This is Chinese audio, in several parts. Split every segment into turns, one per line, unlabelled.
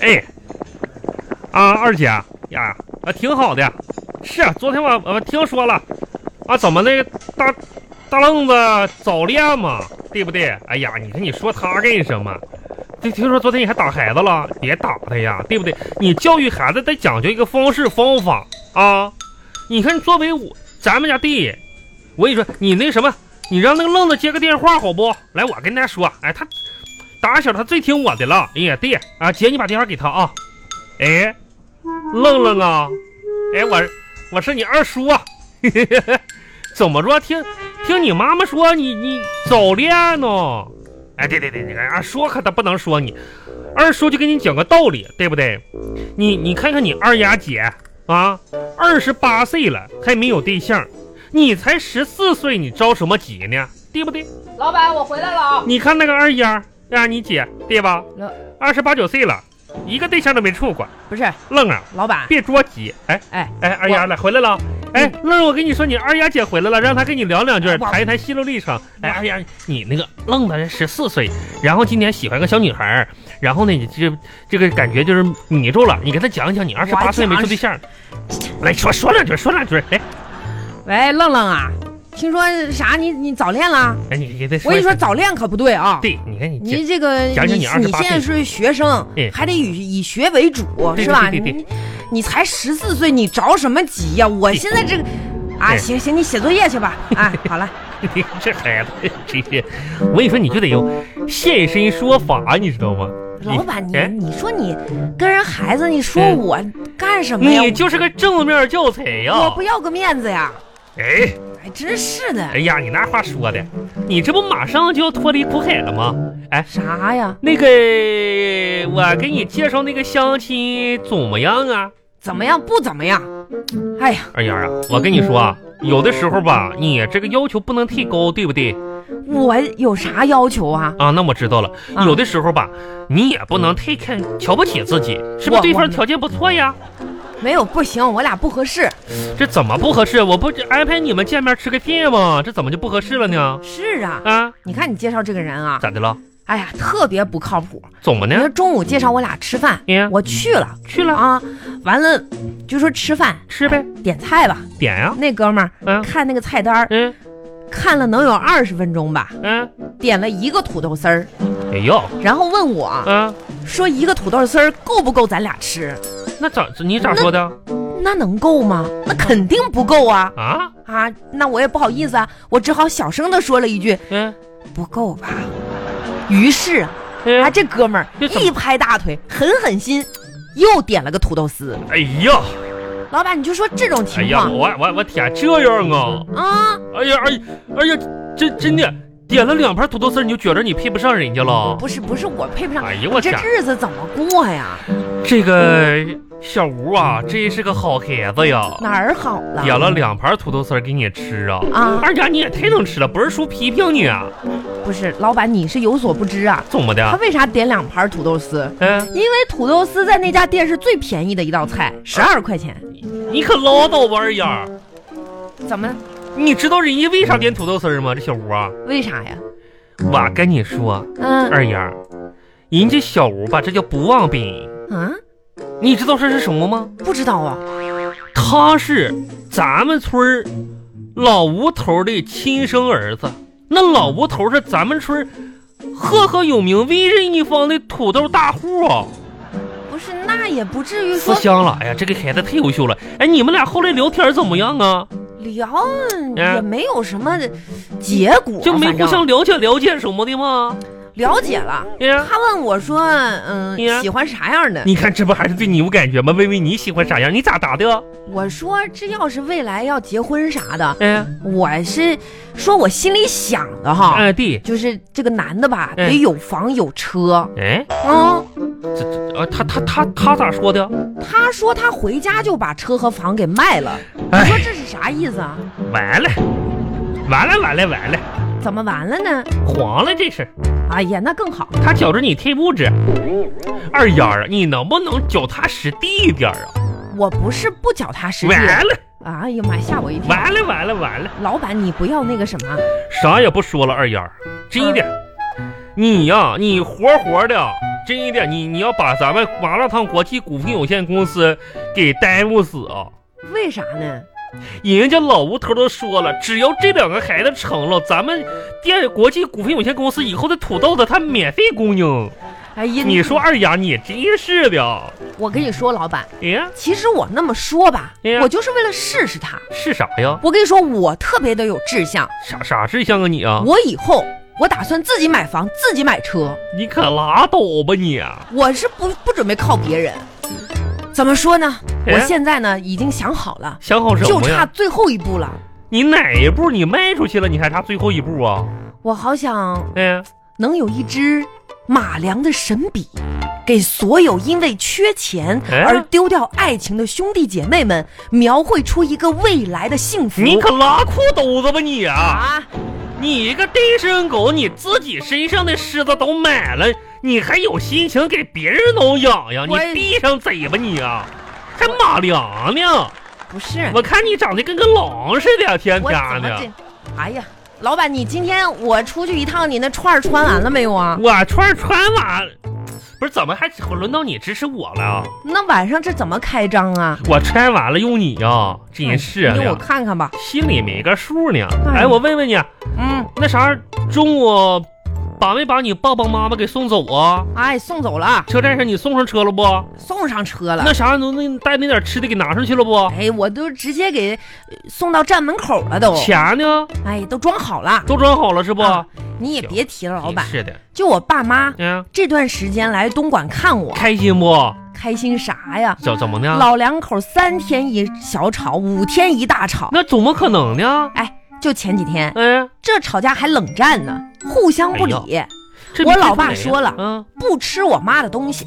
哎啊二姐呀啊，挺好的。是，啊昨天我我听说了，啊，怎么那大大愣子早恋嘛，对不对？哎呀，你说你说他干什么？这听说昨天你还打孩子了，别打他呀，对不对？你教育孩子得讲究一个方式方法啊。你看，作为我咱们家弟，我跟你说，你那什么，你让那个愣子接个电话好不？来，我跟他说，哎，他打小他最听我的了。哎呀，弟啊，姐，你把电话给他啊。哎，愣愣啊，哎，我我是你二叔啊。 怎么着？听听你妈妈说你你早恋呢？哎，对对对，你看啊，说可他不能说你，二叔就给你讲个道理，对不对？你你看看你二丫姐啊，二十八岁了还没有对象，你才十四岁，你着什么急呢？对不对？
老板，我回来了啊！
你看那个二丫啊，你姐对吧
老？
二十八九岁了，一个对象都没处过，
不是，
愣啊！
老板，
别着急，哎
哎嗯
哎，二丫来回来了。哎，愣，我跟你说，你二丫姐回来了，让她跟你聊两句，
我
谈一谈心路历程。哎，
我
二丫，你那个愣的人十四岁，然后今年喜欢个小女孩儿，然后呢，你这这个感觉就是迷住了。你跟她讲一讲，你二十八岁没处对象，来说说两句，说两句。哎，
喂，愣愣啊，听说啥？你你早恋了？
哎，你给她
我
说一
跟你
下
说，，早恋可不对啊！
对，你看你这
你这个
想想
你
你28
现在是学生
哎，
还得以以学为主，
对
是吧？
对对对
你你才十四岁，你着什么急呀？我
对
现在这个啊，
哎
行行，你写作业去吧。 哎，好了，
你这孩子，真是，我跟你说，你就得用现身说法，你知道吗？
老板，你
哎
你说你跟人孩子，你说
嗯
我干什么呀？
你就是个正面教材呀！
我不要个面子呀！
哎。
哎，真是的
哎，呀，你那话说的，你这不马上就要脱离苦海了吗？哎，
啥呀？
那个，我给你介绍那个相亲怎么样啊？
怎么样？不怎么样？哎呀，
二丫啊，我跟你说啊，有的时候吧，你这个要求不能太高，对不对？
我有啥要求啊？
啊，那我知道了，
啊
有的时候吧，你也不能太看瞧不起自己，是不是？
我
对
我
方条件不错呀，
没有，不行，我俩不合适。
这怎么不合适？我不这安排你们见面吃个饭吗？这怎么就不合适了呢？
是啊，
啊，
你看你介绍这个人啊，
咋的了？
哎呀，特别不靠谱。
怎么
你说
呢？
中午介绍我俩吃饭，
嗯
我去了
去了
啊，完了就说吃饭
吃呗，
点菜吧。
点呀、
那哥们儿
嗯
看那个菜单儿，
嗯
看了能有二十分钟吧，
嗯，
点了一个土豆丝儿，
哎呦，
然后问我
嗯。
说一个土豆丝儿够不够咱俩吃？
那咋你咋说的
那能够吗？那肯定不够啊！
啊？
啊，那我也不好意思啊，我只好小声的说了一句
嗯
不够吧。于是啊，啊，
嗯，
这哥们儿
这怎么
一拍大腿，狠狠心，又点了个土豆丝。
哎呀，
老板，你就说这种
哎
情
呀，
况、
我我我天，这样啊！
啊，
哎呀，哎哎呀，真真的点了两盘土豆丝儿，你就觉着你配不上人家了？
不是不是，我配不上，
哎呀，我
这
天，
日子怎么过呀？
这个小吴啊，真是个好孩子呀！
哪儿好了？
点了两盘土豆丝儿给你吃啊！
啊
二丫你也太能吃了，不是叔批评你啊？
不是，老板你是有所不知啊，
怎么
他
的？
为啥点两盘土豆丝？
嗯，
因为土豆丝在那家店是最便宜的一道菜，十二块钱。
啊你可唠叨吧，二丫！
怎么？
你知道人家为啥点土豆丝儿吗？这小吴啊，
为啥呀？
我跟你说，
嗯
二丫，人家小吴吧，这叫不忘本。
啊，
你知道这是什么吗？
不知道啊。
他是咱们村儿老吴头的亲生儿子。那老吴头是咱们村儿赫赫有名、威震一方的土豆大户啊！
不是，那也不至于
思
说
乡了，哎呀，这个孩子太优秀了。哎，你们俩后来聊天怎么样啊？
聊，
哎
也没有什么结果，
嗯就没
反
互
正
相了解了解什么的 吗？
了解了。
哎呀，
他问我说，嗯，
哎呀
喜欢啥样的？
你看这不还是对你有感觉吗？问问你喜欢啥样，你咋答的？
我说这要是未来要结婚啥的，
哎
我是说我心里想的哈，
哎对，
就是这个男的吧，
哎
得有房有车。
哎，
嗯，
啊，他他他他咋说的？
他说他回家就把车和房给卖了，你
哎
说这是啥意思啊？
完了，完了，完了，完了，
怎么完了呢？
黄了这事儿。
哎呀，那更好。
他觉着你忒物质。二丫啊，你能不能脚踏实地一点儿啊？
我不是不脚踏实地。
完了，
哎呀妈，吓我一跳！
完了，完了，完了，
老板，你不要那个什么，嗯
啥也不说了，二丫，真的，你呀、你活活的真一点，你你要把咱们麻辣烫国际股份有限公司给耽误死啊！
为啥呢？
人家老吴头都说了，只要这两个孩子成了，咱们电国际股份有限公司以后的土豆子他免费供应。
哎呀，
你说，二丫，你真是的，
我跟你说，老板，
哎呀，
其实我那么说吧
哎呀，
我就是为了试试他。
是啥呀？
我跟你说，我特别的有志向，
啥啥志向啊你啊？
我以后我打算自己买房，自己买车，
你可拉倒吧你！啊
我是不不准备靠别人。怎么说呢？
哎
我现在呢已经想好了，
想好什
就
么
差
呀？
最后一步了。
你哪一步你迈出去了，你还差最后一步啊？
我好想
哎，
能有一支马良的神笔，给所有因为缺钱
哎
而丢掉爱情的兄弟姐妹们，描绘出一个未来的幸福。
你可拉裤兜子吧你啊！
啊，
你一个单身狗，你自己身上的虱子都买了，你还有心情给别人挠痒痒？你
我
闭上嘴吧你啊！还马良呢？
不是，
我看你长得跟个狼似的，天
我
天
怎么
的。
这？哎呀，老板，你今天我出去一趟，你那串儿穿完了没有啊？
我串儿穿完，不是怎么还轮到你支持我了啊？
那晚上这怎么开张啊？嗯
我拆完了用你呀、真是啊
你给我
的，
看看吧。
心里没个数呢。
哎
哎，我问问你，
嗯，
那啥，中午把没把你爸爸妈妈给送走啊？
哎，送走了，
车站上你送上车了不？
送上车了。
那啥，那那带那点吃的给拿上去了不？
哎，我都直接给呃送到站门口了都。
钱呢？
哎，都装好了。
都装好了是不？
啊你也别提了，老板，
嗯是的，
就我爸妈
嗯，
这段时间来东莞看我，
开心不？
开心啥呀？
怎怎么呢？
老两口三天一小吵，五天一大吵。
那怎么可能呢？
就前几天，
哎，
这吵架还冷战呢，互相不理。
这
我老爸说了
嗯，
不吃我妈的东西。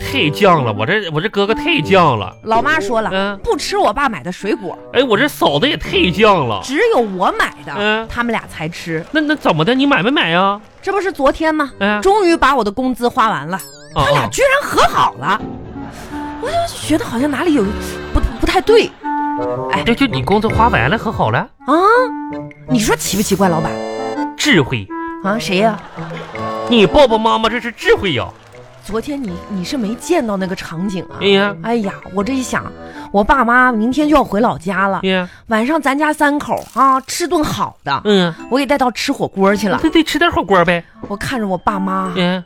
太犟了，我这我这哥哥太犟了，
老妈说了，
嗯，
不吃我爸买的水果，
哎，我这嫂子也太犟了，
只有我买的，
嗯，
他们俩才吃。
那那怎么的？你买没买呀？
这不是昨天吗？
哎，
终于把我的工资花完了，
啊
他俩居然和好了。我就觉得好像哪里有不不太对
啊，这就你工资花完了，和好了，
啊？你说奇不奇怪，老板
智慧，
啊？谁呀、
你爸爸妈妈这是智慧呀！
昨天你你是没见到那个场景啊
哎？呀，
哎呀，我这一想，我爸妈明天就要回老家了
哎，呀，
晚上咱家三口啊吃顿好的，
嗯，
我给带到吃火锅去了。
那得吃点火锅呗，
我看着我爸妈
嗯，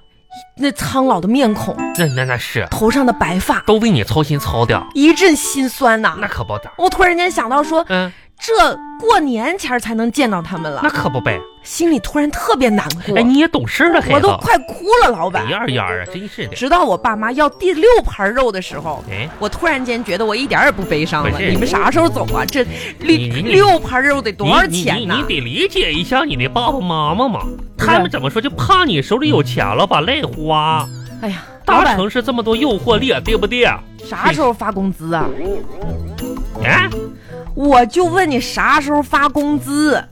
那苍老的面孔，
那那那是。
头上的白发，
都为你操心操的，
一阵心酸呐、
那可不咋。
我突然间想到说，
嗯，
这过年前儿才能见到他们
那
了，
可不呗。
心里突然特别难过，
哎，你也懂事了，
我
孩子
都。快哭了，老板
哎。呀呀啊，真是的。
直到我爸妈要第六盘肉的时候。
哎，
我突然间觉得我一点儿也不悲伤了。
不是
你们啥时候走啊？这
你你
六
你
六盘肉得多少
你你
钱
你
呢
你？得理解一下你的爸爸妈妈嘛，他们怎么说就怕你手里有钱了吧，赖花。
哎呀，老
大
板
城市这么多诱惑力，啊对不对？
啥时候发工资啊？
哎，
我就问你啥时候发工资？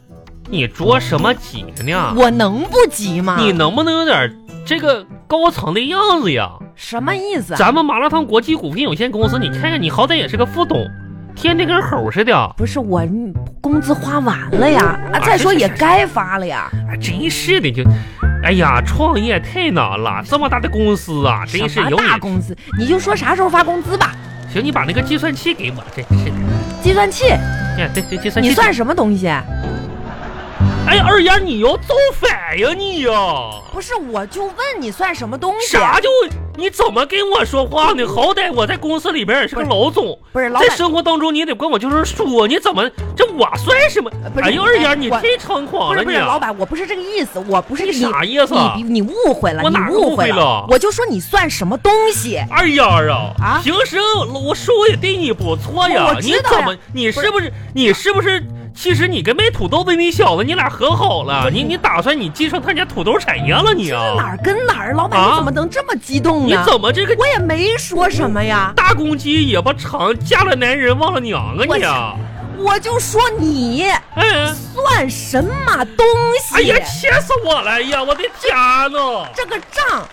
你着什么急呢？
我啊能不急吗？
你能不能有点这个高层的样子呀？
什么意思啊？
咱们麻辣烫国际股份有限公司，你看看你好歹也是个副董，天天跟猴似的。
不是我嗯工资花完了呀，啊，
啊
再说
是是
也
是
该发了呀。
哎，真是的，就，哎呀，创业太难了，这么大的公司啊，真是
什么
有
大
你。
工资？你就说啥时候发工资吧。
行，你把那个计算器给我，真是的。
计算器，
哎呀，对对，计算器。
你算什么东西？
哎呀，二丫，你要造反呀你呀、
不是，我就问你算什么东西？
啥就你怎么跟我说话呢？好歹我在公司里边也是个
不是
老总，
不是老
在
板，
生活当中你也得跟我就是说，你怎么这我算什么？
呃不是
哎呀，二丫，你
我
太猖
不
狂了
是不
你啊
是老
呀！
板，我不是这个意思，我不是你
啥意思啊
你你误会了，
我
你
哪儿
误会
误会了
我就说你算什么东西？
二丫啊，
啊
平时我说我也对你不错呀，
我
你
知道呀
怎么你是不是你是不是？其实你跟卖土豆的那小子，你俩和好了，你你打算你继承他家土豆产业了你
哪
啊？
儿跟哪儿？老板，
啊
你怎么能这么激动
你
呢？
怎么这个
我也没说什么呀，
大公鸡也不长，嫁了男人忘了娘啊你啊！
我就说你
哎
算什么东西？
哎呀，气死我了！哎呀，我的家呢？
这啊个账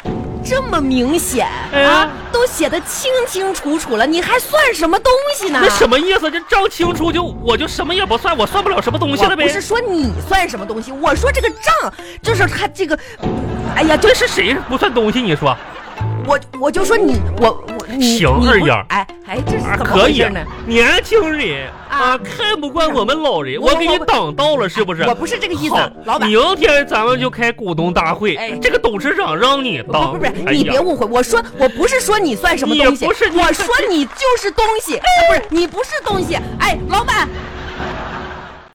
这么明显、
哎
啊，都写的清清楚楚了，你还算什么东西呢？
那什么意思？这账清楚就我就什么也不算，我算不了什么东西
我
了呗
不？是说你算什么东西，我说这个账就是他这个，哎呀，就
这是谁不算东西？你说
我我就说你我我你
行
你
二
不
丫儿
哎哎，这是
啊，
怎么
可
回
以
事呢？，
年轻人
啊
啊，看不惯我们老人，
我
我给你挡到了，是不是？
我不是这个意思
好，
老板。
明天咱们就开股东大会
哎，
这个董事长让你
不
当。
不不是，
哎
你
呀
别误会，我说我不是说你算什么
你
东西，
不是你
我说你就是东西，哎不是你不是东西。哎，老板，